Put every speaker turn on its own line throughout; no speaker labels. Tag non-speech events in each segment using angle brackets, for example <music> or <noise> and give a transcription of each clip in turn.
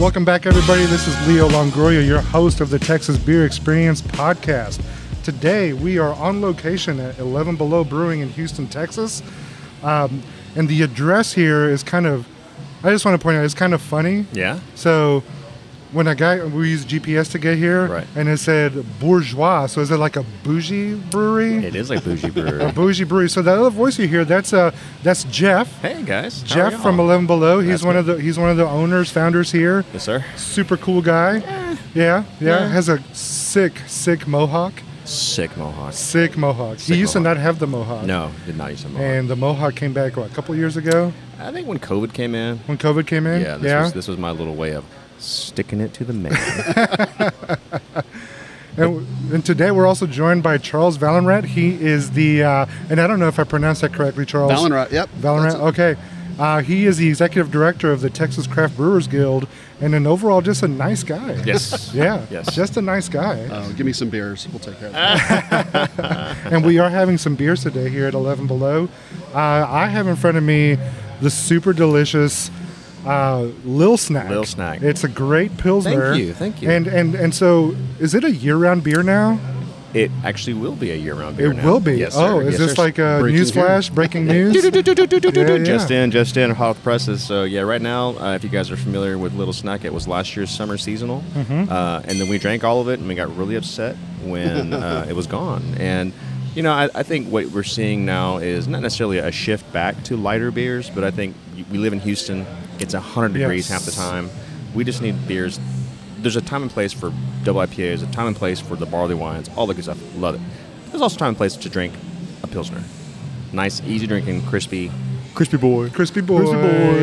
Welcome back, everybody. This is Leo Longoria, your host of the Texas Beer Experience podcast. Today, we are on location at 11 Below Brewing in Houston, Texas. Um, and the address here is kind of, I just want to point out, it's kind of funny.
Yeah.
So when I got, we used GPS to get here,
Right.
and it said bourgeois. So is it like a bougie brewery?
It is like bougie
A
brewery.
bougie brewery. So that other voice you hear, that's uh, that's Jeff.
<laughs> hey guys, how are
Jeff
y'all?
from Eleven Below. He's
That's
one
me.
of the he's one of the owners, founders here.
Yes, sir.
Super cool
Eh.
guy. Yeah, yeah.
Yeah.
Has a sick, sick mohawk.
Sick mohawk.
Sick mohawk.
Sick
he used
mohawk.
to not have the mohawk.
No, did not use a mohawk.
And the mohawk came back what, a couple years ago
I think when COVID came in,
when COVID came in.
yeah, this was this was my little way of sticking it to the man.
And, and today we're also joined by Charles Valenrat. He is the, uh, and I don't know if I pronounced that correctly,
Oh,
Charles.
Valenrat, yep.
Valenrat,
That's it.
okay. Uh, he is the executive director of the Texas Craft Brewers Guild, and an overall just a nice guy.
<laughs> yes.
Yeah.
Yes.
Just a nice guy.
oh.
Uh, give me some beers. We'll take care of that.
and we are having some beers today here at 11 Below. Uh, I have in front of me the super delicious uh, Lil Snack.
Lil Snack.
It's a great pilsner.
Thank you, thank you.
And and and so, is it a year-round beer now?
It actually will be a year-round beer.
It
now.
will be.
Yes,
oh,
sir.
is
Yes,
this
sir.
like a
Breaking
news flash,
<laughs>
breaking news? Yeah, yeah.
Just in, just in, hot off the presses. So yeah, right now, uh, if you guys are familiar with Little Snack, it was last year's summer seasonal,
Mm-hmm.
uh, and then we drank all of it, and we got really upset
<laughs>
when uh, it was gone. And you know, I, I think what we're seeing now is not necessarily a shift back to lighter beers, but I think y- we live in Houston; it's hundred degrees
Yes.
half the time. We just need beers. There's a time and place for double IPAs, a time and place for the barley wines, all the good stuff. Love it. There's also time and place to drink a pilsner. Nice, easy drinking, crispy,
Crispy boy. Crispy boy.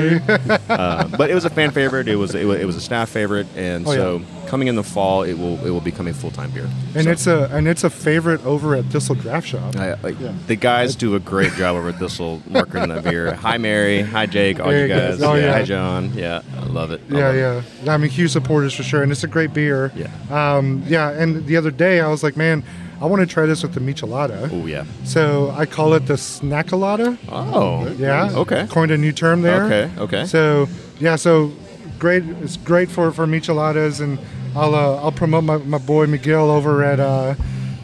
uh, but it was a fan favorite. It was it was, it was a staff favorite, and
Oh,
so coming in the fall, it will it will become a full time beer.
and
So,
it's a and it's a favorite over at Thistle Draft Shop.
I- like,
Yeah.
the guys do a great job over at Thistle marketing
<laughs>
that beer. Hi Mary, hi Jake, all
There
you
you go.
guys.
Oh, yeah.
Hi John. Yeah, I love it. I
Yeah,
love it.
yeah. I'm a huge supporters for sure, and it's a great beer.
Yeah.
Um, yeah, and the other day I was like, man, I want to try this with the michelada.
Oh yeah.
So I call it the snackalada.
Oh
Yeah.
Okay.
Coined a new term there.
Okay, okay.
So yeah, so great. It's great for for micheladas, and I'll uh, I'll promote my, my boy Miguel over at uh,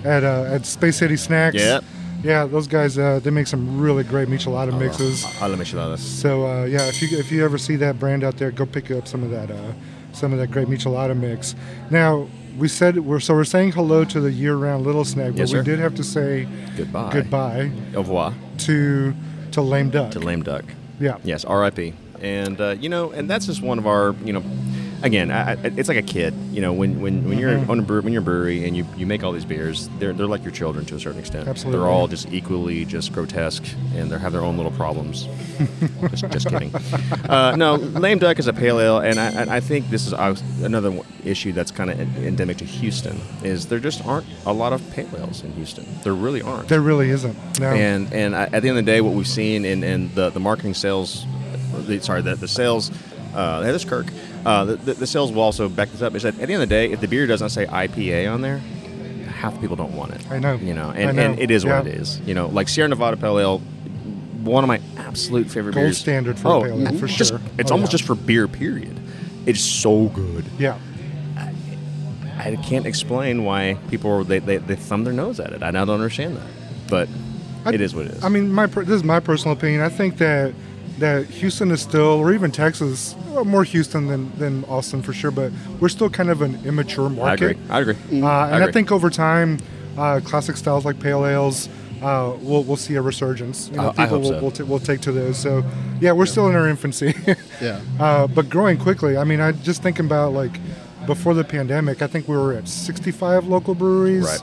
at uh, at Space City Snacks.
Yep.
Yeah, those guys uh, they make some really great michelada mixes.
Uh, I love micheladas.
So uh, yeah, if you if you ever see that brand out there, go pick up some of that uh, some of that great michelada mix. Now we said we're so we're saying hello to the year-round little snack, but
Yes,
we
sir.
did have to say
Goodbye.
goodbye
Au revoir
to to lame duck.
to lame duck.
yeah.
Yes, R.I.P. And uh, you know, and that's just one of our, you know, again, I, I, it's like a kid. You know, when when, when you're
Mm-hmm.
on a brew, when you're a brewery and you, you make all these beers, they're they're like your children to a certain extent.
Absolutely.
they're all just equally just grotesque, and they have their own little
<laughs>
problems. just, just kidding. Uh, no, lame duck is a pale ale, and I, and I think this is obvi- another one- issue that's kind of endemic to Houston is there just aren't a lot of pale ales in Houston. There really aren't.
There really isn't. No.
And and I, at the end of the day, what we've seen in, in the, the marketing sales, or the, sorry, the, the sales, uh, hey, this is Kirk, uh, the, the, the sales will also back this up. Is that at the end of the day, if the beer doesn't say IPA on there, half the people don't want it.
I know.
You know,
I
and,
know.
and it is what
Yeah.
it is. You know, like Sierra Nevada Pale Ale, one of my absolute favorite
Gold
beers.
standard for
oh,
pale ale, for
just-
sure.
It's
Oh,
almost
yeah.
just for beer, period. It's so good.
yeah.
I can't explain why people are, they, they, they thumb their nose at it. I don't understand that. But
I-
it is what it is.
I mean, my per- this is my personal opinion. I think that that Houston is still, or even Texas, well, more Houston than than Austin for sure, but we're still kind of an immature market.
I agree. I agree.
Uh, and I,
agree.
think over time, uh, classic styles like pale ales, uh, we'll, we'll see a resurgence. You know,
I- I
people
hope
will,
so.
will, t- will take to those. So, yeah, we're still in our infancy. <laughs>
Yeah.
uh, but growing quickly. I mean, I just thinking about like before the pandemic, I think we were at 65 local breweries.
Right.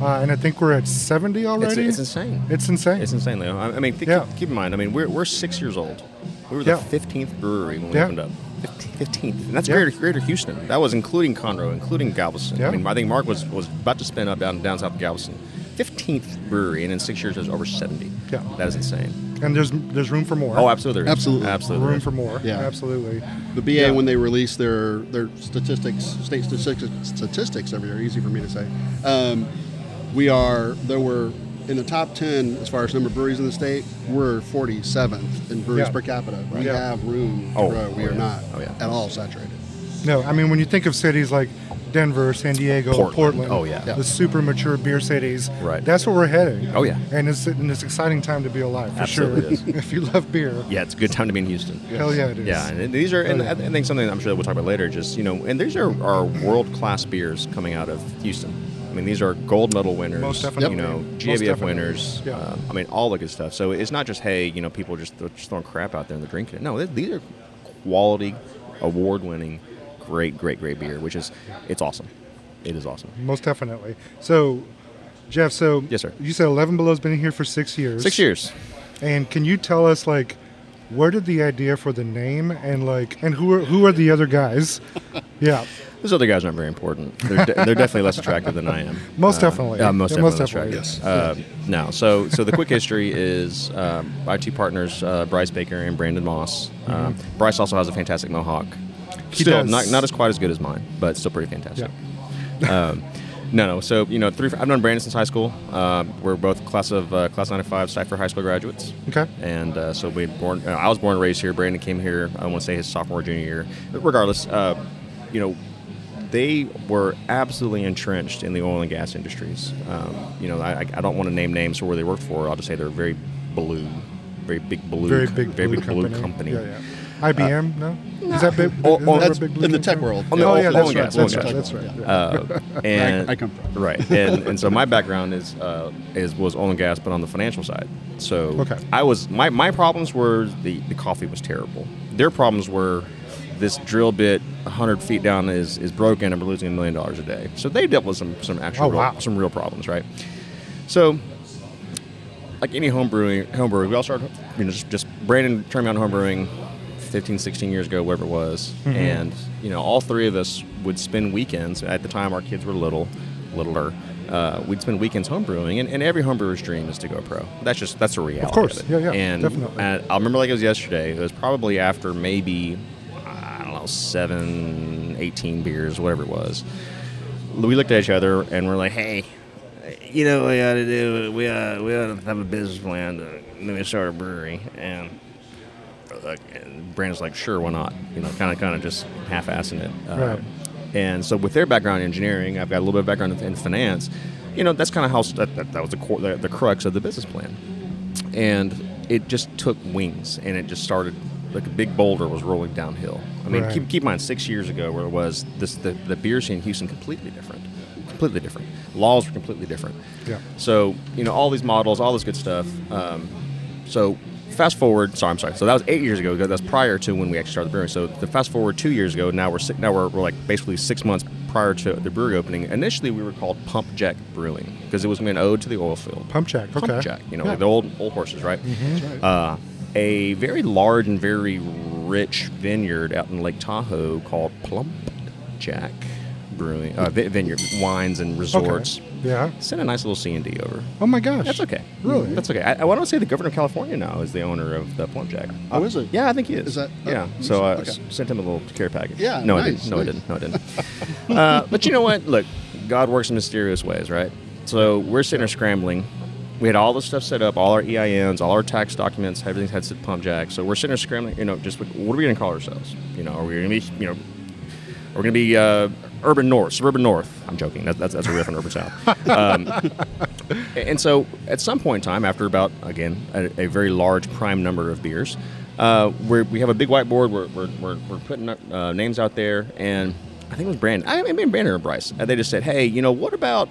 Uh, and I think we're at 70
it's,
already.
it's insane.
It's insane.
It's insane, Leo. I, I mean, think,
Yeah.
keep, keep in mind. I mean, we're, we're six years old. We were
Yeah.
the fifteenth brewery when we
Yeah.
opened up. Fifteenth, and that's
Yeah.
greater Greater Houston. That was including Conroe, including Galveston.
Yeah.
I mean, I think Mark was was about to spin up down down south of Galveston. Fifteenth brewery, and in six years, there's over seventy.
Yeah.
that is insane.
and there's there's room for more.
Oh, absolutely, there is.
Absolutely.
absolutely.
room for more.
Yeah.
absolutely.
The BA
Yeah.
when they release their their statistics, state statistics, statistics every year, easy for me to say. Um, we are there were in the top ten as far as number of breweries in the state. We're 47th in breweries
Yeah.
per capita. We
Yeah.
have room to
Oh,
grow. We
oh,
are
yeah.
not
Oh, yeah.
at all saturated.
No, I mean when you think of cities like Denver, San Diego,
Portland.
Portland,
Oh, yeah. Yeah.
the super mature beer cities.
Right.
That's where we're heading.
Oh, yeah.
And it's and it's exciting time to be alive for sure.
Absolutely
<laughs>
is.
if you love beer,
Yeah, it's a good time to be in Houston.
hell yeah, it is.
Yeah, and these are, and
Oh, yeah.
I I think something I'm sure that we'll talk about later. Just you know, and these are are world class beers coming out of Houston. I mean, these are gold medal winners.
Most definitely.
You know,
Most
GABF
definitely.
winners.
Yeah.
um, I mean, all the good stuff. So it's not just hey, you know, people are just, they're just throwing crap out there and they're drinking it. No, th- these are quality, award winning, great, great, great beer, which is it's awesome. It is awesome.
Most definitely. So, Jeff, so
Yes, sir.
You said Eleven Below's been here for six years.
Six years.
And can you tell us like where did the idea for the name and like and who are who are the other
<laughs>
guys? yeah.
Those other guys aren't very important. They're, de- they're definitely less attractive than I am.
<laughs> Most
Uh,
definitely.
Yeah, most
Yeah,
definitely.
most
less
definitely,
attractive. Uh, no. So, so the quick history is um, our two partners, uh, Bryce Baker and Brandon Moss. Uh,
Mm-hmm.
Bryce also has a fantastic mohawk.
He
still
does.
not not as quite as good as mine, but still pretty fantastic. <laughs> um, no, no. So you know, three. I've known Brandon since high school. Uh, we're both class of uh, class '95 Cypher High School graduates.
Okay.
And uh, so we born. Uh, I was born and raised here. Brandon came here. I want to say his sophomore junior year. But regardless, uh, you know, they were absolutely entrenched in the oil and gas industries. Um, you know, I, I I don't want to name names or where they worked for. I'll just say they're very blue, very big blue,
Very big
very
blue
big
company.
blue company. Uh,
Yeah, yeah. IBM, no? Is that big? is
Oh,
that
oh,
where
that's
big blue
in the
came
tech
from?
world.
On the
oh,
oil-
yeah,
oil
that's
and
right.
gas, oil
That's
and
right.
gas.
That's right. yeah. <laughs>
Uh, and
I come from.
right, and, and so my background is uh, is was oil and gas, but on the financial side. So
Okay.
I was my, my problems were the, the coffee was terrible. Their problems were this drill bit 100 feet down is, is broken and we're losing a million dollars a day. So they dealt with some some actual
Oh,
real,
wow.
some real problems, right? So like any home brewing, home brewer, we all started, you know, just, just Brandon turned me on to home brewing 15, 16 years ago, whatever it was.
Mm-hmm.
And, you know, all three of us would spend weekends. At the time, our kids were little, littler. Uh, we'd spend weekends home brewing, and, and every home brewer's dream is to go pro. That's just, that's a reality.
course.
Of it.
Yeah, yeah,
And
definitely.
and I remember like it was yesterday. It was probably after maybe, I don't know, seven, 18 beers, whatever it was we looked at each other and we're like, hey, you know what we ought to do? We ought, we ought to have a business plan to maybe start a brewery. And, uh, and Brandon's like, sure, why not? You know, kind of kind of just half-assing it. Uh,
Right.
And so with their background in engineering, I've got a little bit of background in, in finance. You know, that's kind of how that, that, that was the, core, the, the crux of the business plan. And it just took wings and it just started like a big boulder was rolling downhill. I mean,
Right.
keep, keep in mind six years ago where it was this the, the beer scene in Houston completely different. Completely different. Laws were completely different.
Yeah.
So, you know, all these models, all this good stuff. Um, so fast forward sorry, I'm sorry. So that was eight years ago, that's prior to when we actually started the brewery. So the fast forward two years ago, now we're si- now we're, we're like basically six months prior to the brewery opening. Initially we were called Pump Jack Brewing because it was an ode to the oil field.
Pump Jack, okay.
Pump Jack, you know,
Yeah. Mm-hmm.
like the old old horses, right? Uh, a very large and very rich vineyard out in Lake Tahoe called Plump Jack Brewing uh, vi- Vineyard Wines and
Okay.
Resorts.
Yeah.
Sent a nice little C and D over.
Oh my gosh.
That's okay.
Really?
That's okay. I, I want to say the governor of California now is the owner of the Plump Jack.
Oh, is it?
Yeah, I think he is.
Is that-
Yeah.
oh,
So I
okay.
s- sent him a little care package.
Yeah,
No, I
nice,
didn't. No,
nice.
I didn't. No, I didn't. <laughs> uh, but you know what? Look, God works in mysterious ways, right? So we're sitting there scrambling. We had all this stuff set up, all our EINs, all our tax documents, everything had said Plump Jack. So we're sitting there scrambling. You know, just what what are we going to call ourselves? You know, are we going to be, you know, we're going to be uh, urban north, suburban north. I'm joking. That, that's that's a riff on urban
<laughs>
south. Um, and so, at some point in time, after about again a, a very large prime number of beers, uh, we're, we have a big whiteboard. We're we're, we're, we're putting uh, names out there, and I think it was Brandon. I mean Brandon or Bryce. And they just said, "Hey, you know what about?"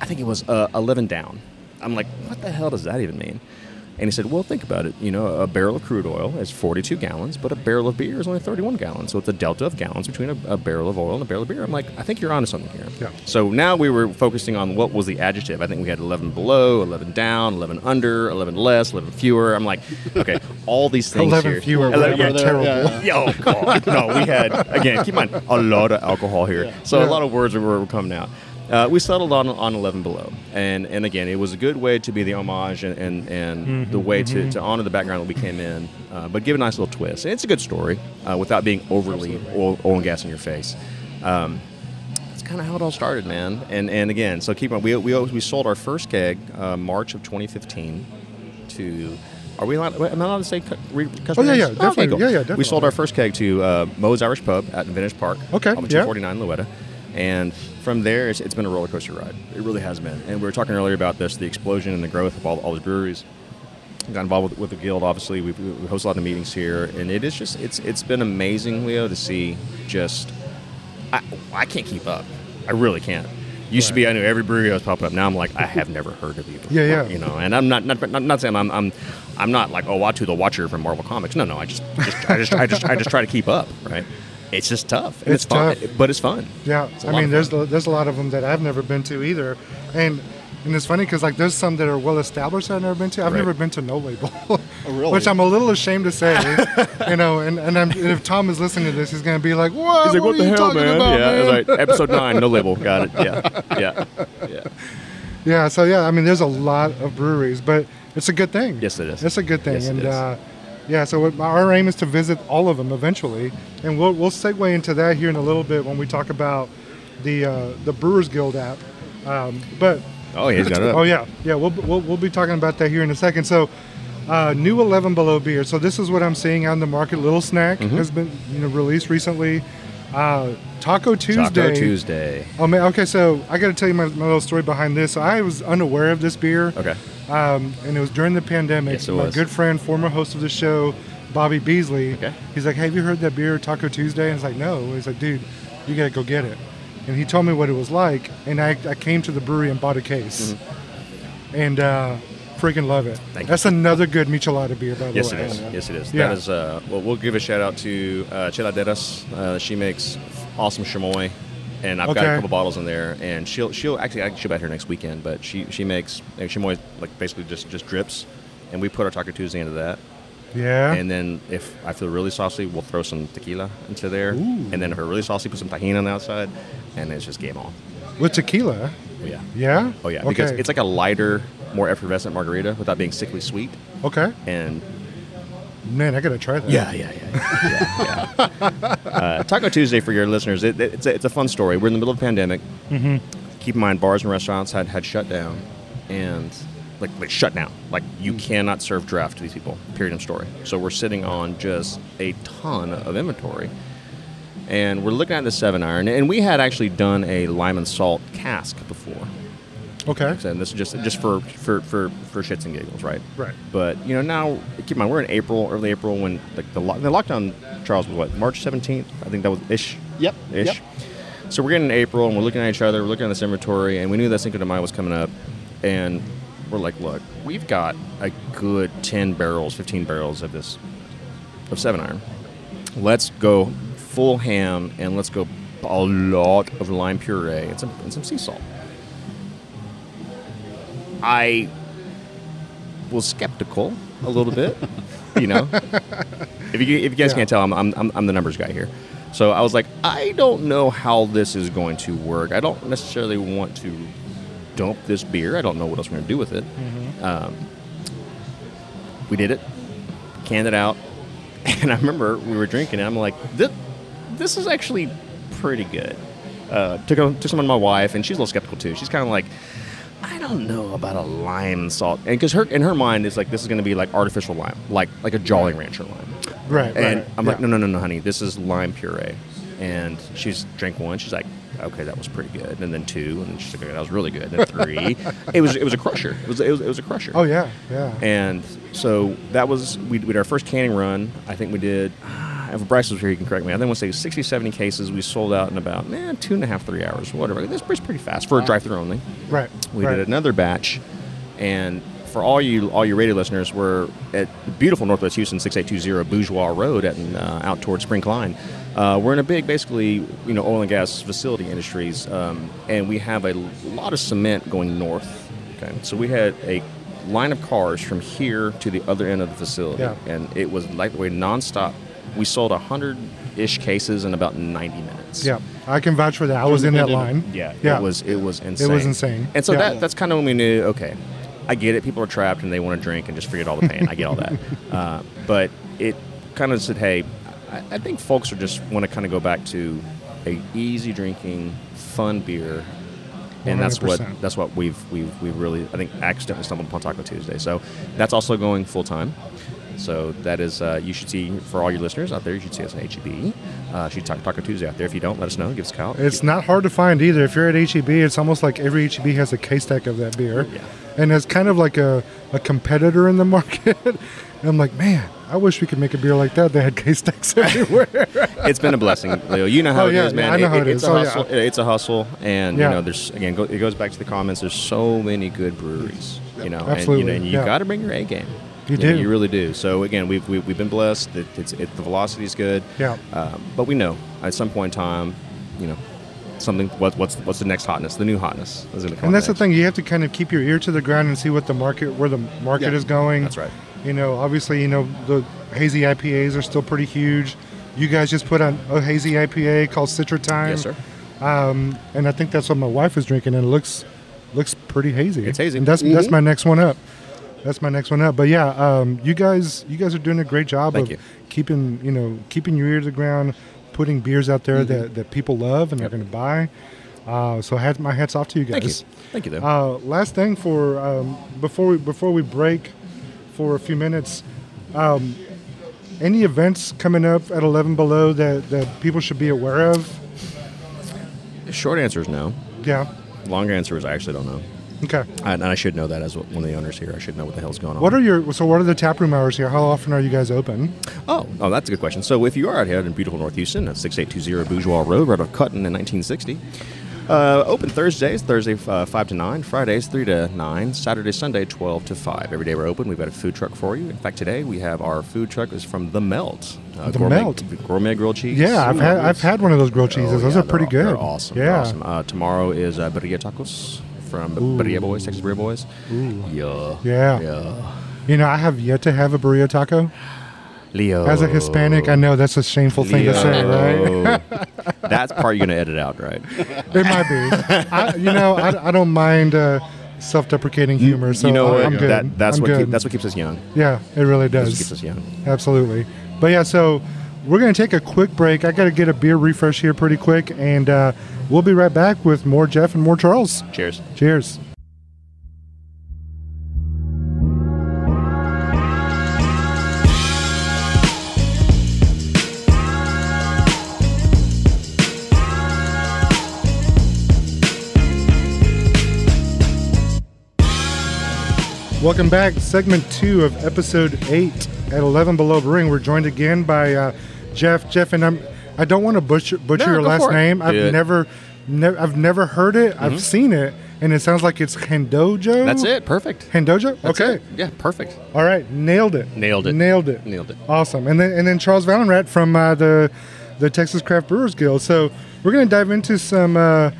I think it was uh, eleven down. I'm like, what the hell does that even mean? And he said, well, think about it. You know, a barrel of crude oil is 42 gallons, but a barrel of beer is only 31 gallons. So it's a delta of gallons between a, a barrel of oil and a barrel of beer. I'm like, I think you're onto something here.
Yeah.
So now we were focusing on what was the adjective. I think we had 11 below, 11 down, 11 under, 11 less, 11 fewer. I'm like, okay, all these things
11
here.
fewer,
Eleven-
whatever
yeah,
they're-
terrible.
yeah, oh,
Yo, God. <laughs> no, we had again. Keep in mind a lot of alcohol here, so a lot of words were, were coming out. Uh, we settled on on eleven below, and and again, it was a good way to be the homage and and, and
Mm-hmm,
the way to, to honor the background that we came in, uh, but give a nice little twist. And it's a good story uh, without being overly oil, oil and gas in your face. Um, that's kind of how it all started, man. And and again, so keep on. We we, we sold our first keg uh, March of 2015 to Are we allowed? wait, Am I allowed to say cu- re- customer
Oh, yeah,
names?
yeah, definitely. Yeah, yeah,
We
definitely.
sold our first keg to uh, Moe's Irish Pub out in Vintage Park.
Okay,
On
yeah.
249 Louetta. And from there, it's, it's been a roller coaster ride. It really has been. And we were talking earlier about this the explosion and the growth of all, all the breweries. Got involved with, with the guild, obviously. We, we we host a lot of meetings here. And it is just, it's it's been amazing, Leo, to see just. I, I can't keep up. I really can't. Used to be I knew every brewery I was popping up. Now I'm like I have never heard of you. Before,
Yeah, yeah.
You know, and I'm not not not, not saying I'm, I'm I'm not like Owatu the Watcher from Marvel Comics. No, no. I just, just I just I just I just try to keep up. Right. It's just tough. And
It's
it's, fun,
tough.
but it's fun.
Yeah,
It's a
I
lot
mean,
of
there's
fun.
lo- there's a lot of them that I've never been to either, and and it's funny because like there's some that are well established that I've never been to. I've
Right. Oh,
never been to No
<laughs>
Label,
really?
which I'm a little ashamed to say, you know. And and, I'm, and if Tom is listening to this, he's gonna be like, "What?
He's like, what,
are
the
you
hell,
talking
man?
about,
yeah,
man?"
it's like episode nine, no label. Got it. Yeah, yeah, yeah.
Yeah, so yeah, I mean, there's a lot of breweries, but it's a good thing.
Yes, it is.
It's a good thing,
Yes, it
and
is.
Uh, yeah, so what, our aim is to visit all of them eventually, and we'll we'll segue into that here in a little bit when we talk about the uh, the Brewers Guild app. Um, but
Oh, yeah, he's got it. Up.
oh yeah, yeah, we'll, we'll we'll be talking about that here in a second. So. Uh, new 11 below beer. So this is what I'm seeing out in the market. Little Snack
Mm-hmm.
has been you know released recently. Uh, Taco Tuesday.
Taco Tuesday.
Oh man, okay. So I got to tell you my, my little story behind this. So I was unaware of this beer,
Okay.
um, and it was during the pandemic.
Yes, it
my
was.
good friend, former host of the show, Bobby Beasley.
Okay.
He's like, "Hey, have you heard that beer Taco Tuesday?" And it's like, "No." He's like, "Dude, you gotta go get it." And he told me what it was like, and I, I came to the brewery and bought a case, and uh, freaking love it.
Mm-hmm. Thank you.
That's another good michelada beer, by the
Yes,
way.
it is. Yes, it is.
Yeah.
That is. Uh, well, we'll give a shout out to uh, Cheladeras. Uh, she makes awesome chamoy, and I've got
Okay.
a couple bottles in there. And she'll she'll actually I- she'll be out here next weekend, but she she makes like, chamoy like basically just just drips, and we put our Taco Tuesday into that.
Yeah.
And then if I feel really saucy, we'll throw some tequila into there, and then if we're really saucy, put some tahini on the outside, and it's just game on.
With tequila.
Yeah.
Yeah.
Oh yeah,
Okay.
because it's like a lighter, more effervescent margarita without being sickly sweet,
okay.
and
Man, I gotta try that.
Yeah, yeah, yeah. yeah, yeah, yeah. uh, Taco Tuesday for your listeners. It, it- it's, a, it's a fun story. We're in the middle of a pandemic. Mm-hmm. Keep in mind, bars and restaurants had had shut down, and like like shut down. Like you cannot serve draft to these people. Period. End story. So we're sitting on just a ton of inventory, and we're looking at the seven iron. And we had actually done a lime and salt cask before.
Okay.
And this is just just for for for, for shits and giggles, right?
Right.
But you know now, keep in mind we're in April, early April, when like the, lock the lockdown, Charles was what March seventeenth, I think that was ish.
Yep,
Ish.
yep.
So we're getting in April, and we're looking at each other, we're looking at this inventory, and we knew that Cinco de Mayo was coming up, and we're like, look, we've got a good ten barrels, fifteen barrels of this, of seven iron. Let's go full ham, and let's go a lot of lime puree and some and some sea salt. I was skeptical a little bit, you know. If you, if you guys
Yeah.
can't tell, I'm, I'm, I'm- I'm the numbers guy here. So I was like, I don't know how this is going to work. I don't necessarily want to dump this beer. I don't know what else we're going to do with it. Um, we did it, canned it out, <laughs> and I remember we were drinking, and I'm like, this, this is actually pretty good. Uh, took, a- took some to my wife, and she's a little skeptical too. She's kind of like, I don't know about a lime and salt, and because her in her mind it's like this is going to be like artificial lime, like like a Jolly Rancher lime.
Right.
And
right.
I'm
yeah.
like, no, no, no, no, honey, this is lime puree. And she's drank one. She's like, okay, that was pretty good. And then two, and she's like, okay, that was really good. And then
<laughs>
three, it was it was a crusher. It was it was, it was a crusher.
Oh yeah, yeah.
And so that was, we did our first canning run. I think we did, uh, if Bryce was here, he can correct me. I think we'll say 60, 70 cases. We sold out in about eh, two and a half, three hours, whatever. That's pretty pretty fast for a drive through only.
right.
We
right.
did another batch. And for all you all you radio listeners, we're at beautiful Northwest Houston, 6820 Bourgeois Road out, in, uh, out towards Spring Klein. Uh, we're in a big, basically, you know, oil and gas facility industries. Um, and we have a lot of cement going north. Okay. So we had a line of cars from here to the other end of the facility.
Yeah.
And it was like the way nonstop. We sold 100-ish cases in about 90 minutes.
Yeah, I can vouch for that. I was in that line.
Yeah,
yeah.
it was it was insane.
insane.
And so
Yeah.
that that's kind of when we knew. Okay, I get it. People are trapped and they want to drink and just forget all the pain. I get all that.
<laughs>
Uh, but it kind of said, hey, I, I think folks are just want to kind of go back to a easy drinking, fun beer and that's what
100%.
that's what we've we've we really I think accidentally stumbled upon Taco Tuesday. So that's also going full time. So that is uh, you should see for all your listeners out there. You should see us on HEB. Uh, you should talk Taco Tuesday out there. If you don't, let us know. Give us a call.
It's not hard to find either. If you're at HEB, it's almost like every HEB has a case stack of that beer.
Yeah.
And it's kind of like a, a competitor in the <laughs> market. and I'm like, man, I wish we could make a beer like that. They had case
<laughs>
stacks everywhere.
it's been a blessing, Leo. You know how
Oh,
it
yeah,
is,
yeah,
man.
I know how it
it's
is.
a
Oh, yeah.
hustle. It's a hustle, and
Yeah.
you know, there's again, go, it goes back to the comments. There's so many good breweries, you know,
Absolutely,
and you, know,
yeah.
you got to bring your A game.
You
know,
do.
you really do. So again, we've we've, we've been blessed. That it's it, the velocity is good.
Yeah.
Um, but we know at some point in time, you know, something. What what's what's the next hotness? The new hotness is going to come.
and that's the
next.
thing. You have to kind of keep your ear to the ground and see what the market, where the market
Yeah,
is going.
that's right.
You know, obviously, you know, the hazy IPAs are still pretty huge. You guys just put on a hazy IPA called Citra Time.
Yes, sir.
Um, and I think that's what my wife is drinking, and it looks looks pretty hazy.
It's hazy.
And that's that's
Mhm.
my next one up. That's my next one up. But yeah, um, you guys you guys are doing a great job
Thank
of
you.
keeping you know keeping your ear to the ground, putting beers out there
Mm-hmm.
that, that people love and are going to buy. Uh, so hat, my hats off to you guys.
Thank you. Thank you, though.
Uh, last thing for um, before we before we break for a few minutes, um, any events coming up at Eleven Below that that people should be aware of?
Short answer is no.
Yeah.
Long answer is I actually don't know.
Okay.
And and I should know that as one of the owners here. I should know what the hell's going on.
What are your so? What are the tap room hours here? How often are you guys open?
Oh, oh, that's a good question. So if you are out here in beautiful North Houston, at 6820 Bourgeois Road, right off Cutton in 1960, uh, open Thursdays, Thursday uh, 5 to 9, Fridays 3 to 9, Saturday, Sunday 12 to 5. Every day we're open. We've got a food truck for you. In fact, today we have our food truck is from The Melt. Uh,
The
gourmet,
Melt.
Gourmet grilled cheese.
Yeah, I've had I've had one of those grilled
Oh,
cheeses.
yeah,
those are pretty
they're-
good.
They're awesome.
Yeah.
They're awesome. Uh, tomorrow is uh, Birria Tacos from Birria Boys, Texas Birria Boys. Yeah.
Yeah.
Yeah.
You know, I have yet to have a burrito taco.
Leo.
As a Hispanic, I know that's a shameful thing to say, right?
<laughs> That's part you're gonna edit out, right?
It might be. I, you know, I, I don't mind uh, self-deprecating humor, so
you know
I,
what?
am good.
That, that's
I'm
what
good.
keep, that's what keeps us young.
yeah, it really
That's what
does.
keeps us young.
Absolutely. But yeah, so we're going to take a quick break. I got to get a beer refresh here pretty quick, and uh, we'll be right back with more Jeff and more Charles.
Cheers.
Cheers. Welcome back. Segment two of episode eight at 11 Below Brewing. We're joined again by uh, Jeff. Jeff and I'm. I don't want to butcher butcher
No,
your
go
last
for it.
name. I've
Do it.
never, ne- I've never heard it. I've seen it, and it sounds like it's Hendojo.
Mm-hmm. That's it. Perfect.
Hendojo.
That's
okay.
it. Yeah. Perfect.
All right. Nailed it.
Nailed it.
Nailed it.
Nailed it.
Awesome. And then and then Charles Valenrat from uh, the the Texas Craft Brewers Guild. So we're gonna dive into some uh,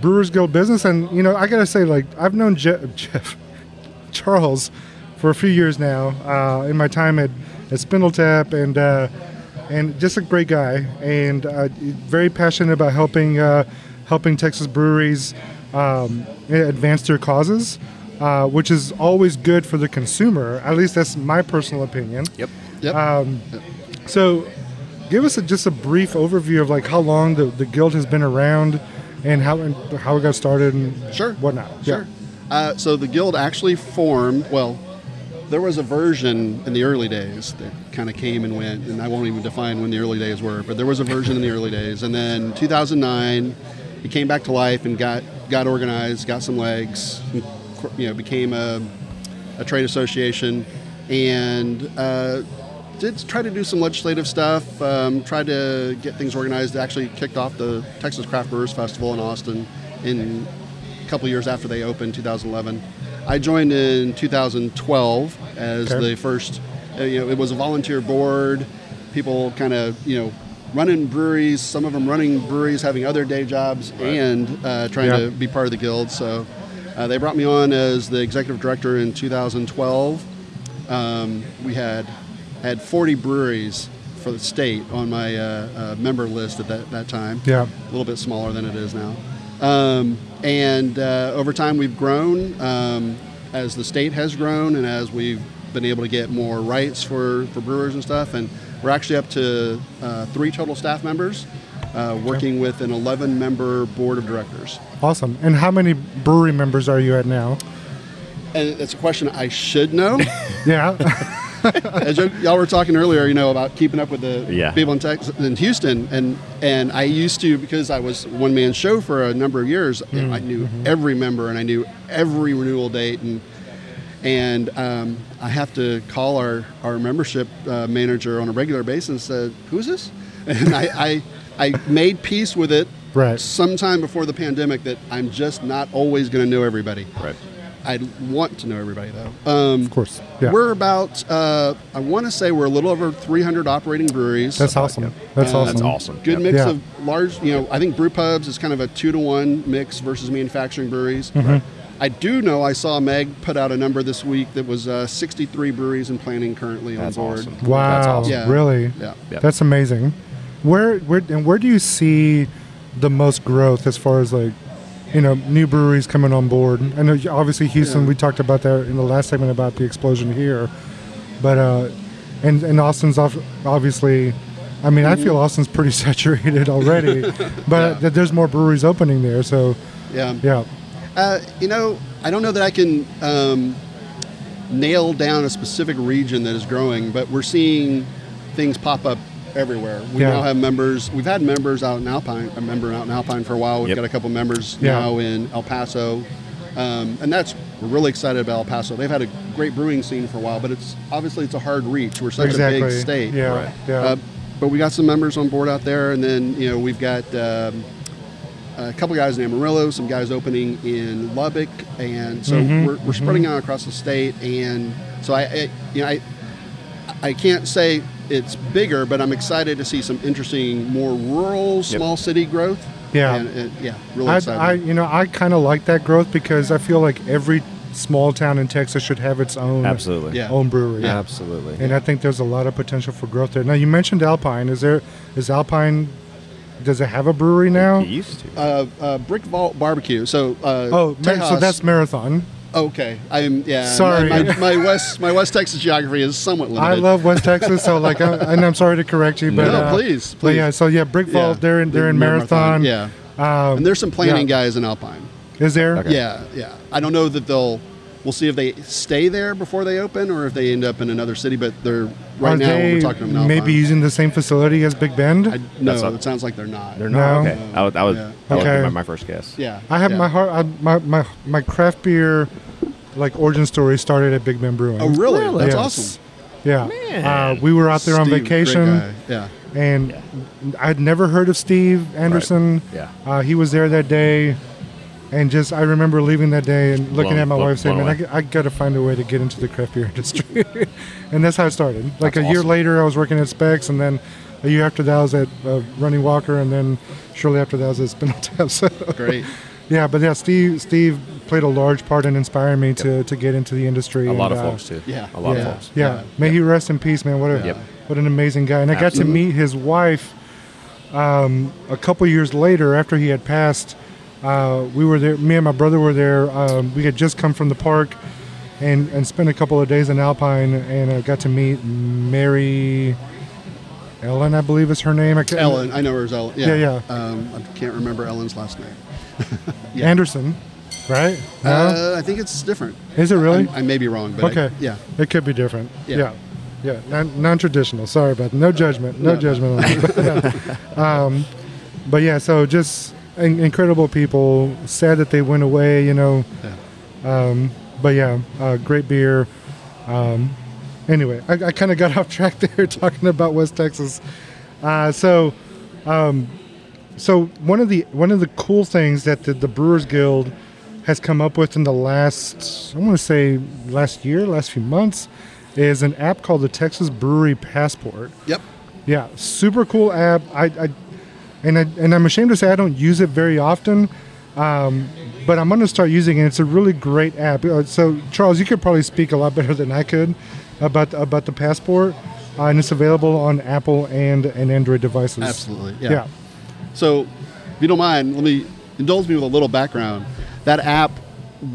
Brewers Guild business, and you know I gotta say like I've known Je- <laughs> Jeff Charles for a few years now uh, in my time at at Spindle Tap and. Uh, and just a great guy, and uh, very passionate about helping uh, helping Texas breweries um, advance their causes, uh, which is always good for the consumer. At least that's my personal opinion.
Yep.
Yep.
Uh,
So, give us a, just a brief overview of like how long the, the guild has been around, and how and how it got started and
Sure.
whatnot.
Sure. Uh, so the guild actually formed. Well, there was a version in the early days that kind of came and went, and I won't even define when the early days were. But there was a version in the early days, and then 2009, it came back to life and got got organized, got some legs, <laughs> and, you know, became a a trade association, and. Uh, did try to do some legislative stuff. Um, tried to get things organized. Actually, kicked off the Texas Craft Brewers Festival in Austin in couple years after they opened, 2011. I joined in 2012 as
Okay.
the first. Uh, you know, it was a volunteer board. People kind of you know running breweries. Some of them running breweries, having other day jobs, and uh, trying
Yeah.
to be part of the guild. So uh, they brought me on as the executive director in 2012. Um, we had had 40 breweries for the state on my uh, uh, member list at that, that time
Yeah.
a little bit smaller than it is now. Um, and uh, over time, we've grown um, as the state has grown and as we've been able to get more rights for, for brewers and stuff. And we're actually up to uh, three total staff members. uh, working with an 11 member board of directors.
Awesome. And how many brewery members are you at now?
And it's a question I should know.
Yeah.
As y- y'all were talking earlier, you know, about keeping up with the
Yeah.
people in Texas, in Houston, and and I used to because I was one man show for a number of years. you know, I knew every member and I knew every renewal date, and and um, I have to call our our membership uh, manager on a regular basis and said, "Who's this?" <laughs> And I I, I made peace with it.
Right.
Sometime before the pandemic, that I'm just not always going to know everybody.
Right.
I want to know everybody though. Um,
<laughs> of course. Yeah.
We're about, uh, I want to say we're a little over 300 operating breweries.
That's awesome. That's
Uh,
awesome.
That's awesome.
Good
Yep.
mix
Yeah.
of large, you know, I think brew pubs is kind of a two to one mix versus manufacturing breweries.
Mm-hmm.
I do know I saw Meg put out a number this week that was uh, 63 breweries in planning currently
That's
on board.
awesome.
Wow!
That's awesome.
Yeah.
Really?
Yeah.
Yeah.
That's amazing. Where where and where do you see the most growth as far as like you know new breweries coming on board? I know you- obviously Houston.
Yeah.
We talked about that in the last segment about the explosion here, but uh, and and Austin's off, obviously. I mean, I
Mm-hmm.
feel Austin's pretty <laughs> saturated
<laughs>
already, but th there's more breweries opening there. So
Yeah.
yeah,
Uh, you know, I don't know that I can um, nail down a specific region that is growing, but we're seeing things pop up everywhere. We
Yeah.
now have members. We've had members out in Alpine. A member out in Alpine for a while. We've
Yep.
got a couple members
Yeah.
now in El Paso, um, and that's we're really excited about El Paso. They've had a great brewing scene for a while, but it's obviously it's a hard reach. We're such
exactly.
a big state.
Yeah,
Right.
yeah.
Uh, but we got some members on board out there, and then you know we've got um, a couple guys in Amarillo, some guys opening in Lubbock, and so
Mm-hmm,
we're, we're spreading out across the state. And so I, I you know, I, I can't say it's bigger, but I'm excited to see some interesting, more rural, small city growth.
Yeah.
and, uh, yeah, really
I,
excited.
I you know I kind of like that growth because I feel like every small town in Texas should have its own
Absolutely.
Yeah.
own brewery.
Absolutely.
And I think there's a lot of potential for growth there. Now you mentioned Alpine. Is there is Alpine does it have a brewery now?
You used to.
uh, uh, Brick Vault Barbecue. So, uh,
Oh, ma- so
Tejas-
that's Marathon.
okay. I'm yeah.
Sorry.
my, my, my West my West Texas geography is somewhat limited.
I love West Texas, so like,
<laughs>
I, and I'm sorry to correct you, but
No,
uh,
please,
but yeah,
please.
so yeah, Brick Vault,
Yeah,
they're in they're in Marathon.
Yeah,
um,
and there's some planning
yeah.
guys in Alpine.
is there?
Okay.
Yeah, yeah. I don't know that they'll. We'll see if they stay there before they open, or if they end up in another city. But they're right
Are
now
they
we're talking to them in Alpine.
maybe using the same facility as Big Bend?
I, no,
That's not-
it sounds like they're not.
They're not.
No.
Okay. I would, I would,
Yeah.
that would be
Okay.
my, my first guess.
Yeah.
I have
yeah.
my heart. I, my, my my craft beer, like origin story, started at Big Bend Brewing.
Oh, really?
Yes.
That's awesome.
Yeah,
Man.
Uh, we were out there on
Steve, great guy.
vacation,
Yeah.
and I'd never heard of Steve Anderson.
Yeah.
uh, he was there that day, and just I remember leaving that day and looking
blown-
at my
blown-
wife saying,
blown
"Man, I,
away."
g- I got to find a way to get into the craft beer <laughs> industry," and that's how it started. Like
That's
a year
awesome.
later, I was working at Specs, and then a year after that, I was at uh, Running Walker, and then shortly after that, I was at Spindle Tap. <laughs> So.
Great.
Yeah, but yeah, Steve Steve played a large part in inspiring me to, to get into the industry.
A lot
and,
of
uh,
folks too.
yeah.
A lot
yeah,
of folks.
yeah. May he rest in peace, man. What a
Yep.
what an amazing guy. And I got to
Absolutely.
meet his wife um, a couple years later after he had passed. Uh, we were there. Me and my brother were there. Um, we had just come from the park and and spent a couple of days in Alpine and uh, got to meet Mary Ellen, I believe is her name. I can't-
Ellen, I know her as Ellen. Yeah,
Yeah, yeah.
Um, I can't remember Ellen's last name. yeah.
Anderson, right? No?
Uh, I think it's different.
is it really?
I'm- I, may be wrong, but I-
okay.
yeah.
It could be different.
Yeah.
Yeah. Yeah. Non- non-traditional. Sorry about that. No judgment. No,
No.
judgment. On that. But, yeah.
<laughs>
Um, but yeah, so just in- incredible people. Sad that they went away, you know. Um,
yeah.
But yeah, uh, great beer. Um, anyway, I, I kind of got <laughs> off track there talking about West Texas. Uh, so, um, so one of the one of the cool things that the, the Brewers Guild has come up with in the last I want to say last year, last few months, is an app called the Texas Brewery Passport.
Yep.
Yeah, super cool app. I, I and I and I'm ashamed to say I don't use it very often, um, but I'm gonna start using it. It's a really great app. Uh, So Charles, you could probably speak a lot better than I could about about the passport, uh, and it's available on Apple and and Android devices.
Absolutely.
Yeah.
yeah. So, if you don't mind, let me indulge me with a little background. That app,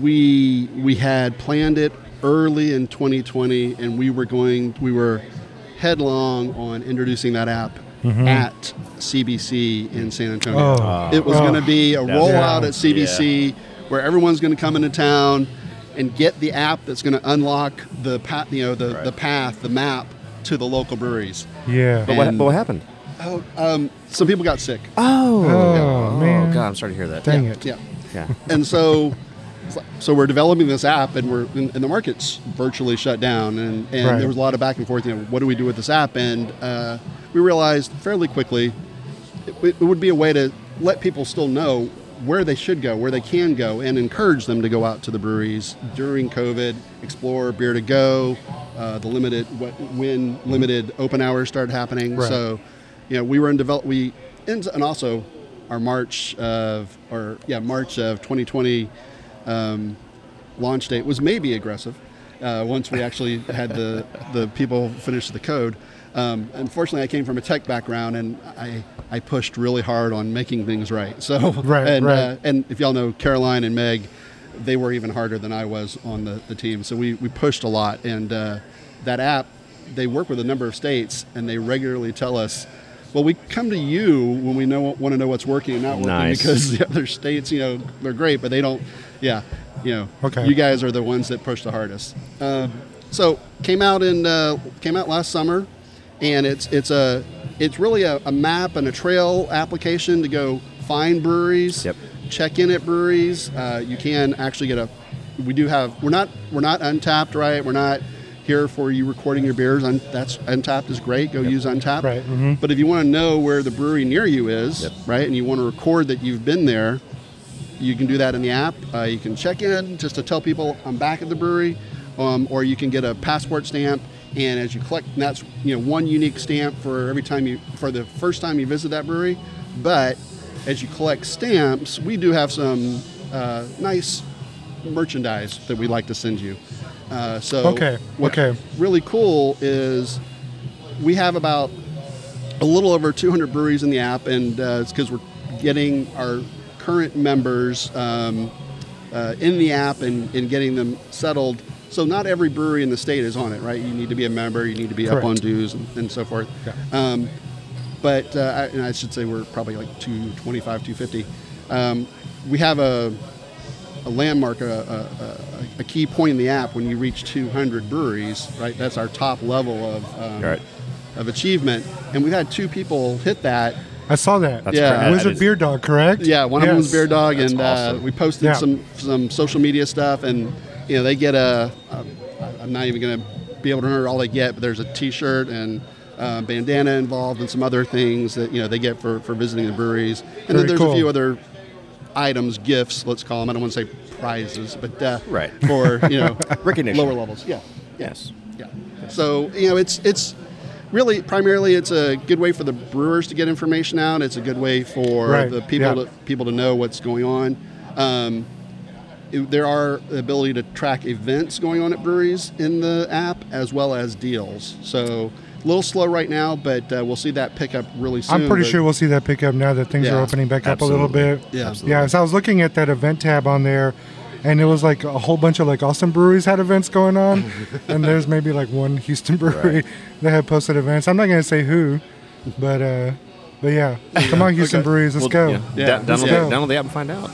we we had planned it early in 2020, and we were going, we were headlong on introducing that app at CBC in San Antonio.
Mm-hmm. Oh.
It was
Oh.
going to be a
That-
rollout
Yeah.
at CBC where everyone's going to come into town and get the app that's going to unlock the pa- you know the,
Right.
the path, the map to the local breweries.
Yeah.
But what,
And-
but what happened?
Oh, um, some people got sick.
Uh,
Oh,
Oh, man.
God, I'm sorry to hear that.
Dang it.
Yeah.
Yeah.
And so it's like- so we're developing this app and we're and, and the market's virtually shut down and, and
Right.
there was a lot of back and forth, you know, what do we do with this app? And uh, we realized fairly quickly it, it would be a way to let people still know where they should go, where they can go, and encourage them to go out to the breweries during COVID, explore beer to go, uh, the limited what, when limited open hours started happening.
Right.
So, you know, we were in develop we and, and also our March of or yeah March of 2020 um, launch date was maybe aggressive. Uh, once we actually had the the people finish the code. Um, unfortunately, I came from a tech background, and I I pushed really hard on making things right. So
Right,
<laughs> and,
right.
Uh, and if y'all know Caroline and Meg, they were even harder than I was on the, the team. So we, we pushed a lot, and uh, that app they work with a number of states, and they regularly tell us. Well, we come to you when we know want to know what's working and not working
Nice.
because <laughs> the other states, you know, they're great, but they don't. Yeah, you know,
Okay.
you guys are the ones that push the hardest. Um, so came out in uh, came out last summer, and it's it's a it's really a, a map and a trail application to go find breweries,
Yep.
check in at breweries. Uh, you can actually get a. We do have we're not we're not untapped right. We're not here for you recording your beers. Un, that's untapped is great. Go use untapped.
Right, mhm.
But if you want to know where the brewery near you is,
Yep.
right, and you want to record that you've been there, you can do that in the app. Uh, you can check in just to tell people I'm back at the brewery, um, or you can get a passport stamp. And as you collect, and that's you know one unique stamp for every time you for the first time you visit that brewery. But as you collect stamps, we do have some uh, nice merchandise that we like to send you. Uh, so
Okay,
what's
okay.
Really cool is we have about a little over 200 breweries in the app, and uh, it's because we're getting our current members um, uh, in the app and, and getting them settled. So not every brewery in the state is on it, right? You need to be a member, you need to be up
Correct.
on dues and, and so forth.
Yeah.
Um, but uh, I, and I should say we're probably like 225, 250. Um, we have a, a landmark, a, a, a, a key point in the app when you reach 200 breweries, right? That's our top level of um,
Right.
of achievement, and we've had two people hit that.
I saw that.
That's
Yeah.
correct.
Wizard
That is-
Beer Dog, correct?
Yeah, one of them was
Yes.
Bear Dog,
That's
and uh,
awesome.
we posted
Yeah.
some some social media stuff, and you know they get a. a I'm not even going to be able to remember all they get, but there's a T-shirt and. Uh, bandana involved and some other things that you know they get for, for visiting the breweries, and
Very
then there's
cool.
a few other items, gifts, let's call them. I don't want to say prizes, but uh,
Right.
for you know
<laughs> Recognition.
lower levels. Yeah,
Yes.
Yeah. So you know, it's it's really primarily it's a good way for the brewers to get information out. It's a good way for
Right,
the people
yeah.
to, people to know what's going on. Um, it- there are the ability to track events going on at breweries in the app as well as deals. So a little slow right now, but uh, we'll see that pick up really soon.
I'm pretty
but-
sure we'll see that pick up now that things are
Yeah.
opening back up a
Absolutely.
little bit.
Yeah.
Absolutely.
Yeah, so I was looking at that event tab on there, and it was like a whole bunch of like Austin breweries had events going on,
<laughs>
and there's maybe like one Houston brewery <laughs> that had posted events. I'm not gonna say who, but uh, but yeah, come on Houston
Okay.
breweries, let's go.
Yeah.
Yeah,
Yeah,
Da-
let's
download,
go.
The, download the app and find out.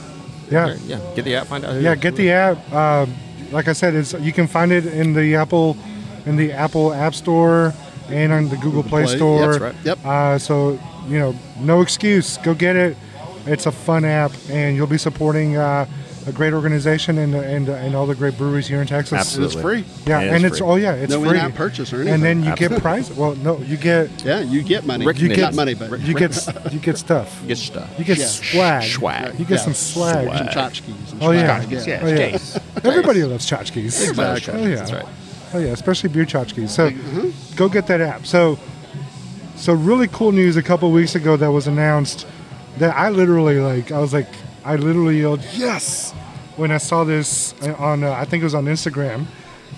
yeah,
Yeah. Get the app. Find out. who-
get the app. Uh, like I said, it's you can find it in the Apple, in the Apple App Store and on the Google Play,
Play,
Store.
that's right.
Yep.
Uh, so you know, no excuse. Go get it. It's a fun app, and you'll be supporting uh, a great organization and, and and all the great breweries here in Texas.
Absolutely.
It's free.
Yeah,
It is
and it's
free.
oh yeah, it's
no
free.
in-app purchase or anything.
and then you
Absolutely.
get prize. Well, no, you get
yeah, you get money.
Recognition.
Not money, but
you get
<laughs>
s- you get stuff.
Get stuff.
You get
Yeah.
swag.
Swag.
You get
Yeah.
some swag.
Swag.
some tchotchkes and
Oh yeah.
swag,
Oh, yeah. Everybody loves tchotchkes.
Exactly.
Oh yeah.
That's right.
Oh yeah, especially beer tchotchkes. So
Mm-hmm.
go get that app. So so really cool news a couple weeks ago that was announced that I literally like I was like I literally yelled yes when I saw this on uh, I think it was on Instagram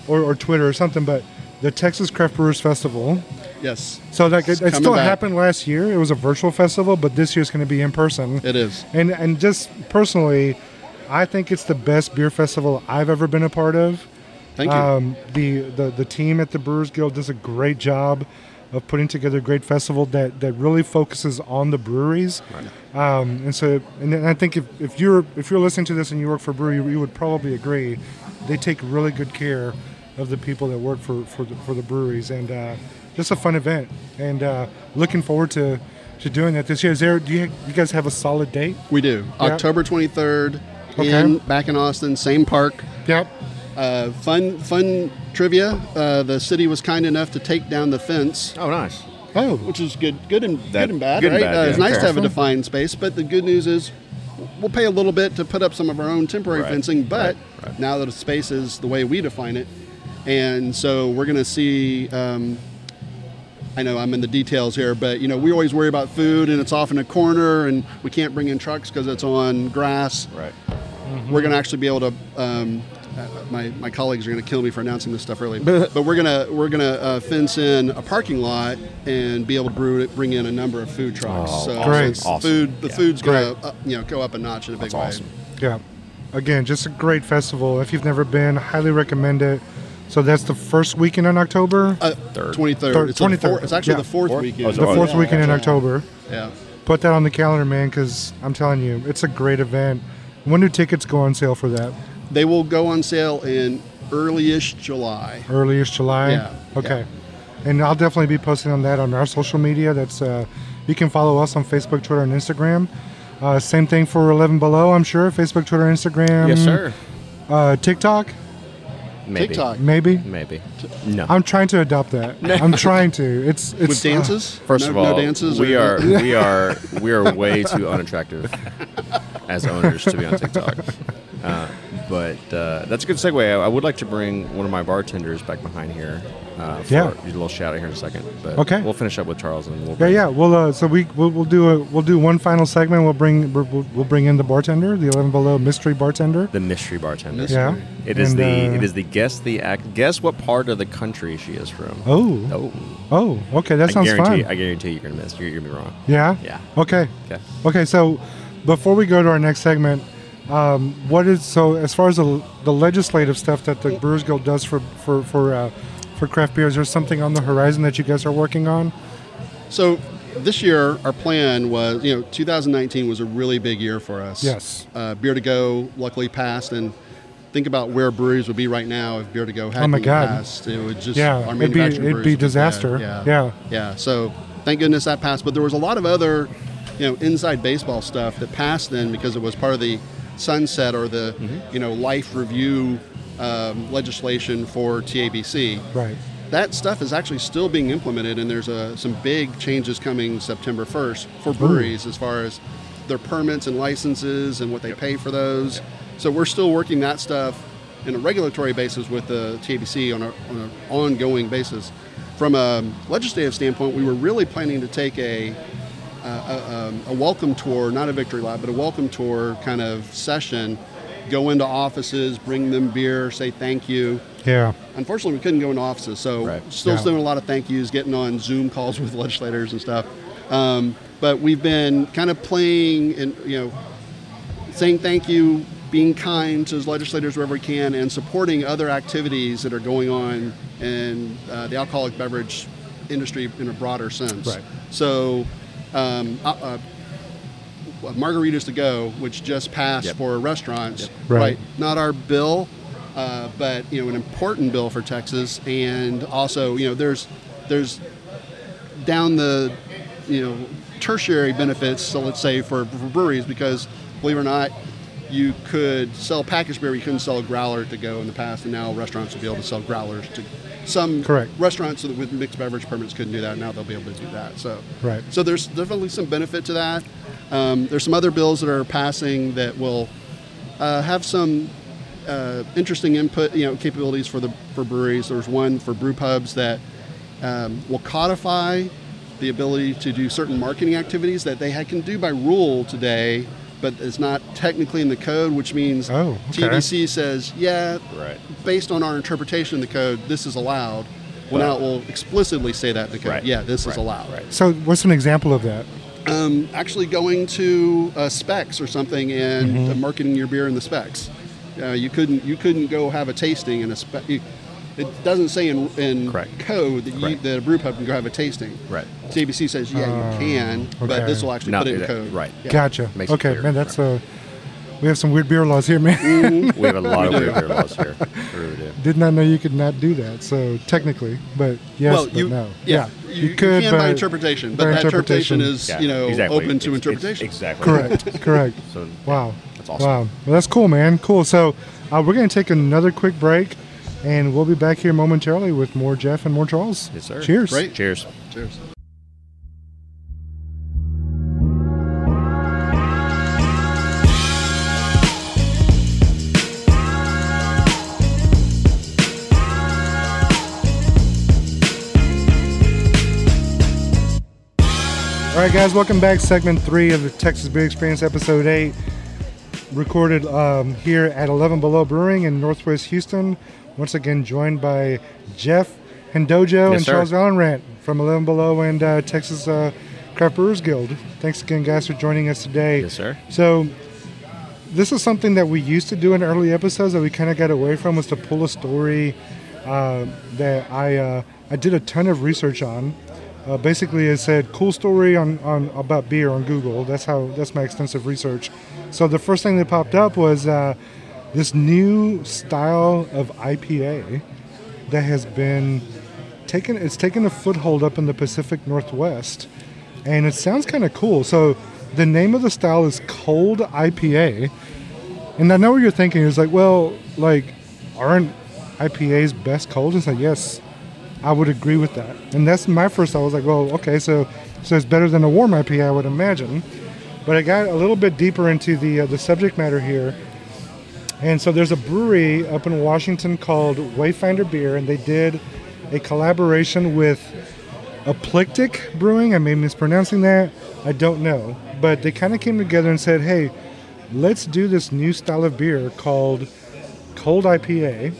or, or Twitter or something but the Texas Craft Brewers Festival.
Yes,
So like it, it
coming
still
back.
happened last year. It was a virtual festival, but this year's going to be in person
it is.
and and just personally, I think it's the best beer festival I've ever been a part of.
Thank you.
Um, the, the the team at the Brewers Guild does a great job. of putting together a great festival that, that really focuses on the breweries. Um, and so, and then I think if, if you're if you're listening to this and you work for a brewery, you would probably agree. They take really good care of the people that work for for the, for the breweries, and uh, just a fun event. And uh, looking forward to to doing that this year. Is there? Do you, you guys have a solid date?
We do.
Yeah.
October 23rd
Okay.
in back in Austin, same park.
Yep.
Uh, fun fun trivia. Uh, the city was kind enough to take down the fence.
Oh, nice.
Oh,
Which is good, good and
That-
good and bad,
good and
right?
bad,
uh, it's
yeah.
nice to
Fair.
have a defined space, but the good news is we'll pay a little bit to put up some of our own temporary
Right,
fencing. But
right, right.
now that the space is the way we define it, and so we're going to see. Um, I know I'm in the details here, but you know we always worry about food, and it's off in a corner, and we can't bring in trucks because it's on grass
Right.
we're going to actually be able to. Um, uh, my, my colleagues are going to kill me for announcing this
<laughs>
stuff early, but we're gonna we're gonna uh, fence in a parking lot and be able to brew, bring in a number of food trucks.
Oh,
so
Great.
it's
awesome.
food the
Yeah.
food's gonna
Great.
uh, you know go up a notch in a big
That's
way.
awesome.
yeah. Again, just a great festival. If you've never been, highly recommend it. So that's the first weekend in October.
Uh,
Third.
23rd.
Third,
It's, the
23rd,
fourth- it's actually
yeah.
the fourth,
Fourth?
weekend.
Oh, it's
the fourth
yeah,
weekend in
yeah.
October.
Yeah.
Put that on the calendar, man, because I'm telling you, it's a great event. When do tickets go on sale for that?
They will go on sale in early-ish July.
Earliest July?
Yeah,
Okay. And I'll definitely be posting on that on our social media. That's uh, You can follow us on Facebook, Twitter, and Instagram. Uh, same thing for 11 Below, I'm sure. Facebook, Twitter, Instagram.
Yes, sir.
Uh, TikTok,
Maybe.
TikTok.
maybe.
Maybe. No.
I'm trying to adopt that. I'm trying to. It's it's uh,
With dances?
First
no,
of all,
no dances
we
or-
are
<laughs>
we are we are way too unattractive <laughs> as owners to be on TikTok. Uh, but uh, that's a good segue. I, I would like to bring one of my bartenders back behind here. Uh, for
Yeah.
a little shout out here in a second. But
Okay.
We'll finish up with Charles and we'll
Yeah,
bring-
yeah. Well, uh, so we we'll, we'll do a we'll do one final segment. We'll bring we'll, we'll bring in the bartender, the eleven below mystery bartender.
the mystery bartender.
Yeah.
It is
And,
the
uh,
it is the guess the act guess what part of the country she is from.
Oh,
Oh.
oh, okay. That
I
sounds
guarantee
fun.
I guarantee you're gonna miss. You're gonna be wrong.
yeah.
Yeah.
Okay.
Okay.
Okay. So, before we go to our next segment, um, what is so as far as the, the legislative stuff that the Brewers Guild does for for for uh, for craft beer? Is there something on the horizon that you guys are working on?
So this year, our plan was, you know, 2019 was a really big year for us.
Yes.
Uh, Beer to Go luckily passed, and think about where breweries would be right now if Beer to Go hadn't
Oh my God.
passed. It would just
Yeah,
our
it'd be-
manufacturing
it'd
breweries
be
would dead.
disaster.
Yeah.
Yeah.
yeah, So thank goodness that passed. But there was a lot of other, you know, inside baseball stuff that passed then because it was part of the sunset or the,
Mm-hmm.
you know, life review um, legislation for TABC
Right.
that stuff is actually still being implemented, and there's uh some big changes coming September 1st for breweries as far as their permits and licenses and what they pay for those. So we're still working that stuff in a regulatory basis with the TABC on, a, on an ongoing basis. From a legislative standpoint, we were really planning to take a a welcome tour, not a victory lap, but a welcome tour kind of session. Go into offices, bring them beer, say thank you
Yeah.
unfortunately we couldn't go into offices so
Right.
still
Yeah.
doing a lot of thank yous getting on zoom calls <laughs> with legislators and stuff um, but we've been kind of playing and you know saying thank you being kind to legislators wherever we can and supporting other activities that are going on in uh, the alcoholic beverage industry in a broader sense
Right.
so um, uh, uh, margaritas to go which just passed
Yep.
for restaurants
Right.
not our bill, uh, but you know an important bill for Texas, and also you know there's there's down the you know tertiary benefits. So let's say for, for breweries, because believe it or not, you could sell packaged beer. You couldn't sell a growler to go in the past, and now restaurants will be able to sell growlers to some
Correct.
restaurants with mixed beverage permits couldn't do that. Now they'll be able to do that. So
Right.
so there's definitely some benefit to that. Um, there's some other bills that are passing that will uh, have some uh, interesting input, you know, capabilities for the for breweries. There's one for brew pubs that um, will codify the ability to do certain marketing activities that they ha- can do by rule today, but it's not technically in the code, which means
Oh, okay.
TBC says, yeah,
Right.
based on our interpretation of the code, this is allowed. Well, now it will explicitly say that in the code.
Right.
Yeah, this
Right.
is allowed
Right.
So, what's an example of that?
um, actually going to uh, specs or something and
Mm-hmm.
uh, marketing your beer in the specs. Uh, you couldn't you couldn't go have a tasting in a spec. You, It doesn't say in, in
Correct.
code that, you,
Correct.
that a brew pub can go have a tasting.
Right.
JBC says, yeah, you can,
Oh, okay.
but this will actually
Not
put it in
that-
code.
right.
Yeah. <laughs>
Gotcha.
Makes it
okay,
clear.
man, that's uh we have some weird beer laws here, man. <laughs>
We have a lot of weird beer laws here. We really do.
Did not know you could not do that. So technically, but yes,
well,
but
you,
no.
yeah, you, you can by interpretation, but
by
that
interpretation.
interpretation, is,
Yeah,
you know,
exactly.
open to
It's- it's
interpretation.
exactly.
<laughs>
correct. correct.
So
Wow.
That's awesome.
Wow. Well, that's cool, man. Cool. So uh, we're gonna take another quick break, and we'll be back here momentarily with more Jeff and more Charles.
Yes, sir.
Cheers.
Right.
Cheers.
Cheers.
All right, guys, welcome back. Segment three of the Texas Beer Experience, episode eight, recorded um, here at 11 Below Brewing in Northwest Houston. Once again, joined by Jeff Hendojo
Yes,
and
sir.
Charles Vallenrant from 11 Below and uh, Texas uh, Craft Brewers Guild. Thanks again, guys, for joining us today.
Yes, sir.
So, this is something that we used to do in early episodes that we kind of got away from was to pull a story uh, that I uh, I did a ton of research on. Uh, basically, it said "cool story on, on about beer" on Google. That's how that's my extensive research. So the first thing that popped up was uh, this new style of IPA that has been taken. It's taken a foothold up in the Pacific Northwest, and it sounds kind of cool. So the name of the style is Cold IPA. And I know what you're thinking. It's like, well, like, aren't IPAs best cold? It's like, yes, I would agree with that. And that's my first thought. I was like, well, okay, so so it's better than a warm IPA, I would imagine. But I got a little bit deeper into the uh, the subject matter here. And so there's a brewery up in Washington called Wayfinder Beer, and they did a collaboration with Aplictic Brewing. I may be mispronouncing that. I don't know. But they kind of came together and said, hey, let's do this new style of beer called cold IPA.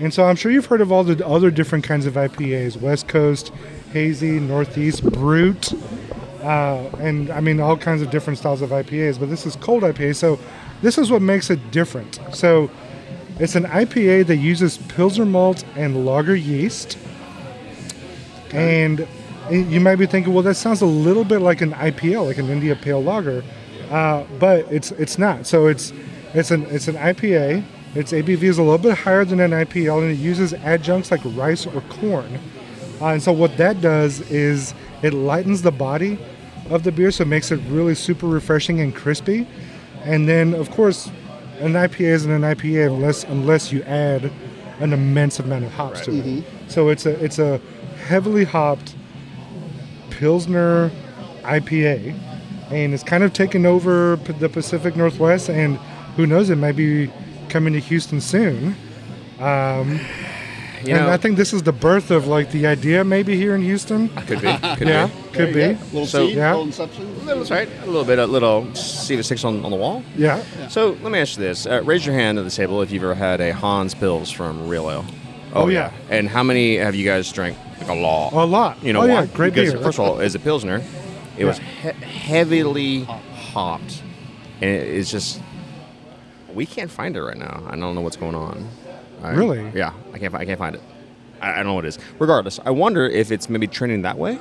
And so I'm sure you've heard of all the other different kinds of IPAs West Coast, Hazy, Northeast, Brute, uh, and I mean all kinds of different styles of IPAs, but this is cold IPA. So this is what makes it different. So it's an IPA that uses Pilsner malt and lager yeast. And you might be thinking, well, that sounds a little bit like an IPL, like an India Pale Lager, uh, but it's it's not. So it's it's an it's an IPA. Its ABV is a little bit higher than an IPL, and it uses adjuncts like rice or corn. Uh, and so what that does is it lightens the body of the beer, so it makes it really super refreshing and crispy. And then, of course, an IPA isn't an IPA unless unless you add an immense amount of hops to it.
Mm-hmm.
So it's a it's a heavily hopped Pilsner IPA, and it's kind of taken over p- the Pacific Northwest, and who knows, it might be coming to Houston soon.
You
and
know,
I think this is the birth of like the idea maybe here in Houston.
could be. Could
Yeah,
be.
could
Uh-huh. There you
be.
go. Little
So-
seed,
Yeah.
little inception.
That's right. A little bit. A little. See the six on, on the wall.
Yeah.
So let me ask you this: uh, Raise your hand at the table if you've ever had a Hans Pills from Real Ale.
Oh, yeah.
And how many have you guys drank? Like a lot.
A lot.
You know
Oh,
why?
yeah, great
because,
beer.
First of all, as a pilsner, it was he- heavily hopped, and it- it's just we can't find it right now. I don't know what's going on. I-
Really?
Yeah, I can't. fi- I can't find it. I, I don't know what it is. Regardless, I wonder if it's maybe trending that way,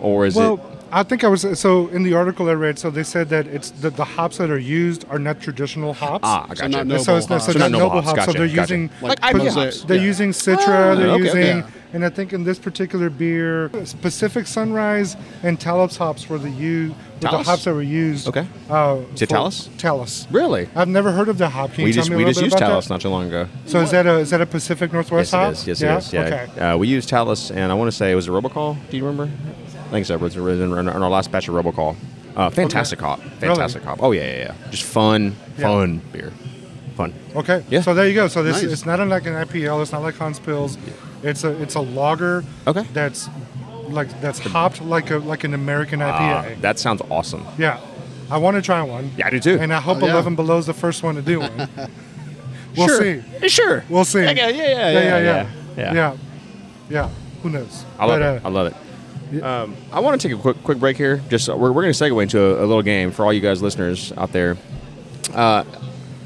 or is
Well,
it?
I think I was so in the article I read. So they said that it's the, the hops that are used are not traditional hops.
Ah, I got
not
And so it's not,
hops.
so
So
not
not noble
noble hops.
hops,
So
gotcha,
they're
gotcha.
using
Like
Like
IPA
pos-
hops.
They're
Yeah.
using Citra.
Ah,
they're
okay,
using,
okay.
and I think in this particular beer, Pacific Sunrise and Talus hops were the u- were the
Talus?
hops that were used.
Okay.
Uh,
Is it
for-
Talus?
Talus.
Really?
I've never heard of the hop. Can you
we
tell
just
me a
we
little
just
bit
used
about
Talos
that?
not too long ago.
So is that a is that a Pacific Northwest
Yes,
hop?
it is. Yes,
Yeah?
it is. Yeah.
Okay.
Uh, we used Talus, and I want to say it was a Robocall. Do you remember? I think so. It was in in- in our last batch of Robocall. Uh, fantastic hop. Fantastic hop. Oh, yeah, yeah, yeah. Just fun,
Yeah.
fun beer. Fun.
Okay.
Yeah.
So there you go. So this
Nice.
it's not like an IPL. It's not like Hans Pills. It's a it's a lager.
Okay.
That's like that's hopped like a like an American
Ah,
IPA.
that sounds awesome.
yeah. I want to try one.
Yeah, I do too.
And uh, I hope
Oh, yeah.
Eleven Below is the first one to do
<laughs>
one. we'll
sure.
see.
Eh, Sure.
We'll see.
Yeah, yeah, yeah, yeah,
yeah,
yeah,
yeah.
yeah.
Yeah. Yeah. Who knows?
I love
But, uh,
it. I love it. Um, I want to take a quick quick break here. Just uh, we're, we're going to segue into a, a little game for all you guys listeners out there. Uh,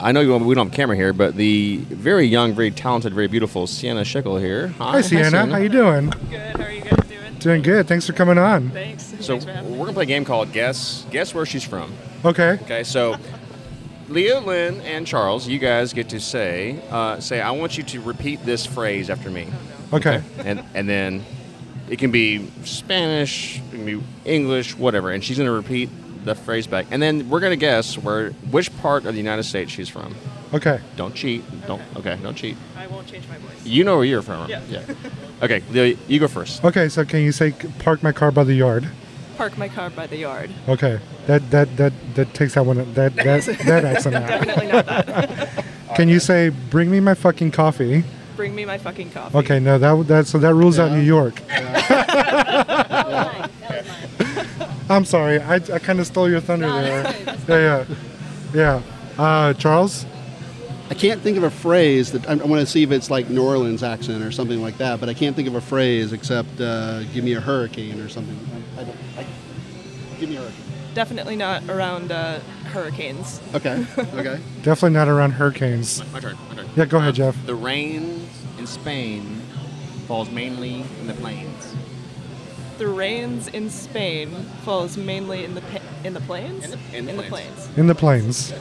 I know you, don't- we don't have camera here, but the very young, very talented, very beautiful Sienna Schickel here.
Hi, Sienna. How you doing?
Good. How are you guys doing?
Doing good. Thanks for coming on.
Thanks.
So
Thanks for
we're
having me.
gonna play a game called Guess. Guess where she's from.
Okay.
Okay, so Leo, Lynn, and Charles, you guys get to say, uh, say, I want you to repeat this phrase after me,
Okay.
and and then it can be Spanish, it can be English, whatever. And she's gonna repeat the phrase back, and then we're gonna guess where which part of the United States she's from.
Okay.
Don't cheat. Don't okay. Don't cheat.
I won't change my voice.
You know where you're from. right?
Yeah.
Okay, Leo, you go first.
Okay. So can you say "park my car by the yard"?
Park my car by the yard.
Okay. That that that that takes that one. That that that accent out.
Definitely
<laughs>
not that.
Can you say "bring me my fucking coffee"?
Bring me my fucking coffee.
Okay. No. That that so that rules out
Yeah.
New York.
<laughs> That was mine.
I'm sorry. I, I kind of stole your thunder
No,
there.
that's fine,
Yeah. Yeah. Yeah. Uh, Charles.
I can't think of a phrase that I, I want to see if it's like New Orleans accent or something like that, but I can't think of a phrase except uh, "give me a hurricane" or something. I, I don't, I, give me a hurricane.
Definitely not around uh, hurricanes.
Okay. Okay.
Definitely not around hurricanes.
My turn. My turn.
Yeah, go ahead, Jeff.
The rain in Spain falls mainly in the plains.
The rains in Spain falls mainly in the pa- in the plains.
In the- in the plains.
plains.
In the plains.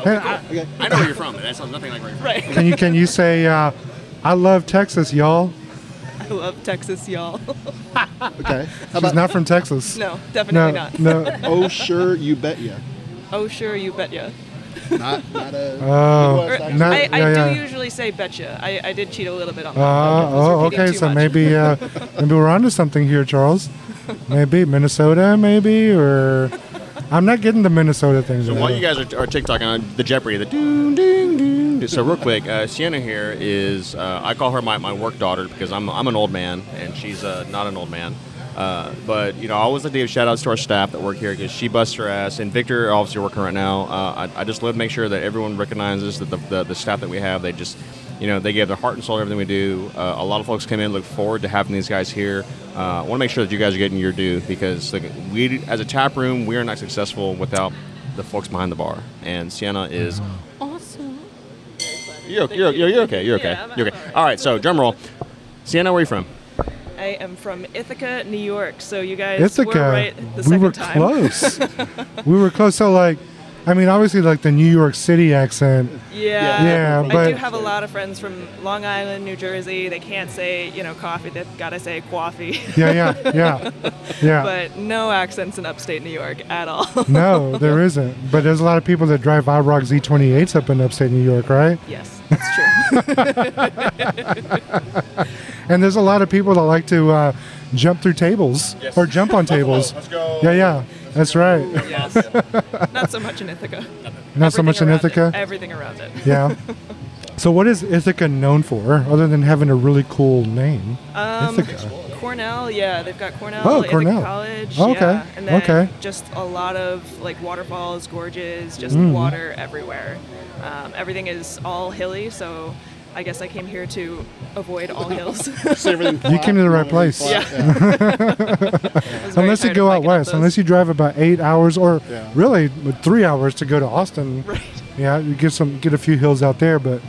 Hey, I-
Okay.
I know where you're from, but that sounds nothing like where you're from.
Right. <laughs>
can you can you say uh, I love Texas, y'all?
I love Texas, y'all. <laughs>
<laughs> Okay. How
She's
about?
not from Texas.
no, definitely
no,
not. <laughs>
no.
oh sure, you bet ya.
Oh sure, you betcha.
Not not a.
<laughs> Oh,
Or,
Midwest accent.
not-
I, I
yeah,
do
yeah.
usually say betcha. I, I did cheat a little bit on that.
Uh,
I was
oh,
repeating
okay.
too
So
much.
maybe
<laughs>
uh, maybe we're onto something here, Charles. Maybe Minnesota, maybe or I'm not getting the Minnesota things.
So while you guys are, are TikToking on the Jeopardy, the ding, ding, ding. So real quick, uh, Sienna here is, uh, I call her my, my work daughter because I'm, I'm an old man and she's uh, not an old man. Uh, but, you know, I always like to give shout outs to our staff that work here because she busts her ass. And Victor, obviously working right now, uh, I, I just love to make sure that everyone recognizes that the, the, the staff that we have, they just, you know, they give their heart and soul to everything we do. Uh, a lot of folks come in, look forward to having these guys here. Uh, I want to make sure that you guys are getting your due because like, we, as a tap room, we are not successful without the folks behind the bar. And Sienna is awesome. You're, you're, you're, you're okay. You're okay.
Yeah, I'm-
you're
I'm
okay.
all right.
All right. So drum roll. Sienna, where are you from?
I am from Ithaca, New York. So you guys
Ithaca,
were right
we
the second
were
time. <laughs>
close. we were close. So like, I mean, obviously like the New York City accent.
Yeah.
Yeah,
I
but-
do have a lot of friends from Long Island, New Jersey. They can't say, you know, coffee. They've got to say coffee. <laughs>
Yeah, yeah, yeah, yeah.
but no accents in upstate New York at all. <laughs>
no, there isn't. But there's a lot of people that drive IROC Z28s up in upstate New York, right?
yes, that's
<laughs>
true.
And there's a lot of people that like to uh, jump through tables
Yes.
or jump on
<laughs>
tables.
go.
Yeah, yeah, that's right.
yes. Not so much in Ithaca.
Not so
Everything
much in
around
<laughs>
it-
Ithaca.
everything around it.
Yeah. So what is Ithaca known for, other than having a really cool name?
Um,
Ithaca.
Cornell, yeah, they've got Cornell,
Oh,
Ithaca
Cornell.
College,
Oh, okay,
yeah, and then
okay.
just a lot of like waterfalls, gorges, just
Mm.
water everywhere. Um, everything is all hilly, so I guess I came here to
<laughs>
avoid all hills. <laughs>
So everything
You came to the
flat,
right place.
everything flat,
<laughs>
yeah.
Unless you go out west, unless you drive about eight hours or
Yeah.
really three hours to go to Austin.
<laughs> Right.
Yeah, you get some get a few hills out there, but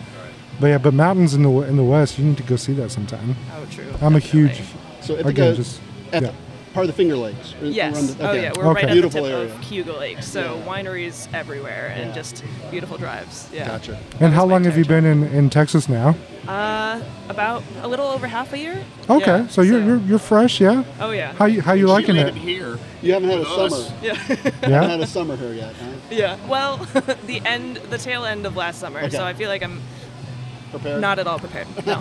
but yeah, but mountains in the w- in the west, you need to go see that sometime.
Oh, true.
I'm a
definitely.
huge
So Ithaca,
again just
at
yeah.
part of the Finger Lakes. We're- we're on
Yes.
the-
Oh
okay.
yeah, we're
Okay.
right
Beautiful
at the tip
area.
of Cuba Lake, so
Yeah.
wineries everywhere and
Yeah.
just beautiful drives. Yeah.
Gotcha.
And how
was my
long have you been in, in Texas now?
Uh, about a little over half a year.
Okay,
Yeah,
so you're, you're you're fresh, yeah.
Oh yeah.
How you how you liking it?
Here.
You haven't had a
With us.
summer.
<laughs> yeah.
haven't <laughs>
Yeah.
had a summer here yet, huh?
Yeah. Well, <laughs> the end, the tail end of last summer.
Okay.
So I feel like I'm
Prepared.
not at all prepared. No.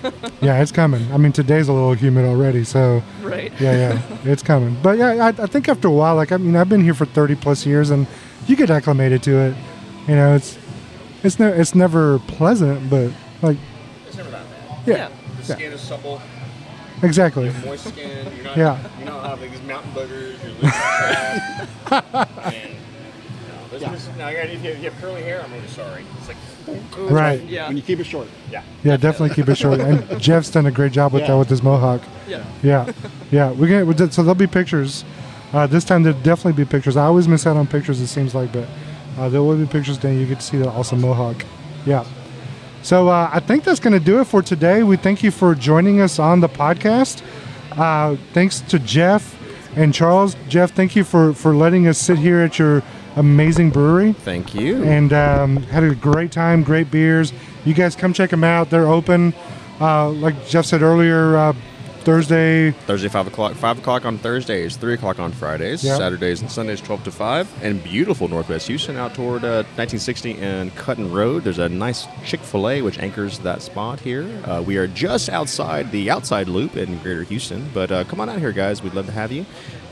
<laughs>
Yeah, it's coming. I mean, today's a little humid already, so
right.
<laughs> yeah, yeah, it's coming. But yeah, I, I think after a while, like I mean, I've been here for thirty plus years, and you get acclimated to it. You know, it's it's no, it's never pleasant, but like,
It's never that bad.
yeah,
The
Yeah.
skin is supple,
exactly.
moist skin. You're not,
Yeah.
You don't have like, these mountain boogers. You're losing
<laughs>
track. and, no, there's
Yeah.
just- no, I gotta- if you if you have curly hair, I'm really sorry. It's like,
Ooh,
Right.
Yeah.
When you keep it short.
yeah.
Yeah, definitely keep it short. And Jeff's done a great job with
Yeah.
that with his mohawk.
Yeah.
Yeah, yeah. We're gonna we did- so there'll be pictures. Uh, this time there'll definitely be pictures. I always miss out on pictures. It seems like, but Uh, there will be pictures down. You get to see that awesome mohawk. Yeah. So uh, I think that's going to do it for today. We thank you for joining us on the podcast. Uh, thanks to Jeff and Charles. Jeff, thank you for, for letting us sit here at your amazing brewery
Thank you.
and um, had a great time, great beers. You guys come check them out. They're open. Uh, like Jeff said earlier, uh, Thursday.
Thursday five o'clock, five o'clock on Thursdays, three o'clock on Fridays,
Yeah.
Saturdays and Sundays twelve to five. And beautiful Northwest Houston out toward uh, 1960 and Cutton Road. There's a nice Chick Fil A which anchors that spot here. Uh, we are just outside the outside loop in Greater Houston, but uh, come on out here, guys. We'd love to have you.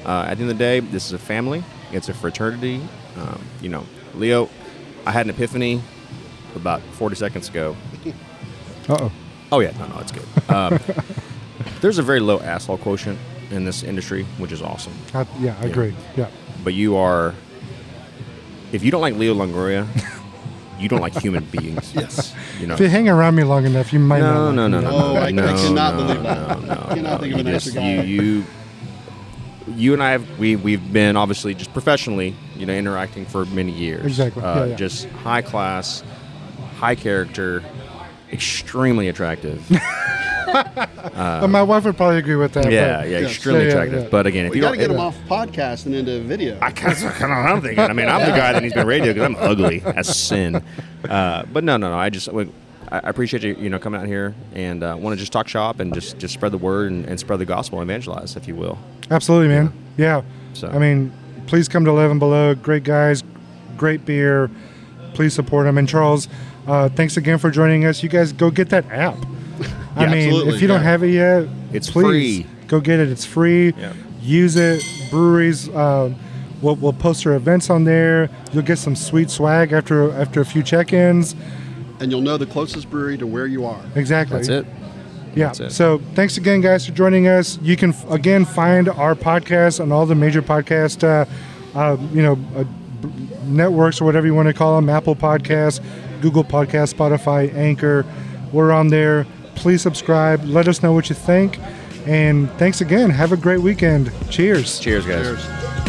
Uh, at the end of the day, this is a family. It's a fraternity. Um, you know, Leo, I had an epiphany about 40 seconds ago.
Uh oh.
Oh yeah, no, no, it's good.
<laughs>
Um, there's a very low asshole quotient in this industry, which is awesome.
yeah, I agree. Yeah.
But you are, if you don't like Leo
<laughs>
Longoria, you don't like human beings.
Yes.
You know.
If you hang around me long enough, you might.
No,
not
no,
like me.
no, no, no.
<laughs> Oh,
no,
I- I
no,
cannot
no,
believe that.
No, no,
I
no.
cannot think of
You
a nicer
just-
guy.
You, you, you and I have we we've been obviously just professionally, you know, interacting for many years.
Exactly.
Uh,
Yeah, yeah.
Just high class, high character, extremely
<laughs>
attractive.
But my wife would probably agree with that.
yeah,
but-
yeah,
Yes.
extremely
Yeah, yeah,
attractive.
yeah.
But again, if
We
you
got
don't
to get him off podcast and into video.
I kind of, kind of, I'm thinking. I mean, I'm the guy that needs to be on radio because I'm ugly as sin. Uh, but no, no, no. I just, like, I I appreciate you, you know, coming out here and uh, want to just talk shop and just, just spread the word and, and spread the gospel and evangelize, if you will.
Absolutely, man. Yeah.
So-
I mean, please come to Eleven Below. Great guys, great beer. Please support them. And Charles, uh, thanks again for joining us. You guys go get that
<laughs>
app. I
Yeah,
mean,
absolutely,
if you don't
yeah.
have it yet,
It's
please
free.
go get it. It's free.
Yeah.
Use it. Breweries. Um, We'll, we'll post our events on there. You'll get some sweet swag after after a few check-ins.
and you'll know the closest brewery to where you are.
Exactly.
That's it.
Yeah.
That's it.
So thanks again, guys, for joining us. You can f- again find our podcast on all the major podcast, uh, uh, you know, uh, b- networks or whatever you want to call them: Apple Podcasts, Google Podcasts, Spotify, Anchor. We're on there. Please subscribe. Let us know what you think. And thanks again. Have a great weekend. Cheers.
Cheers, guys.
Cheers.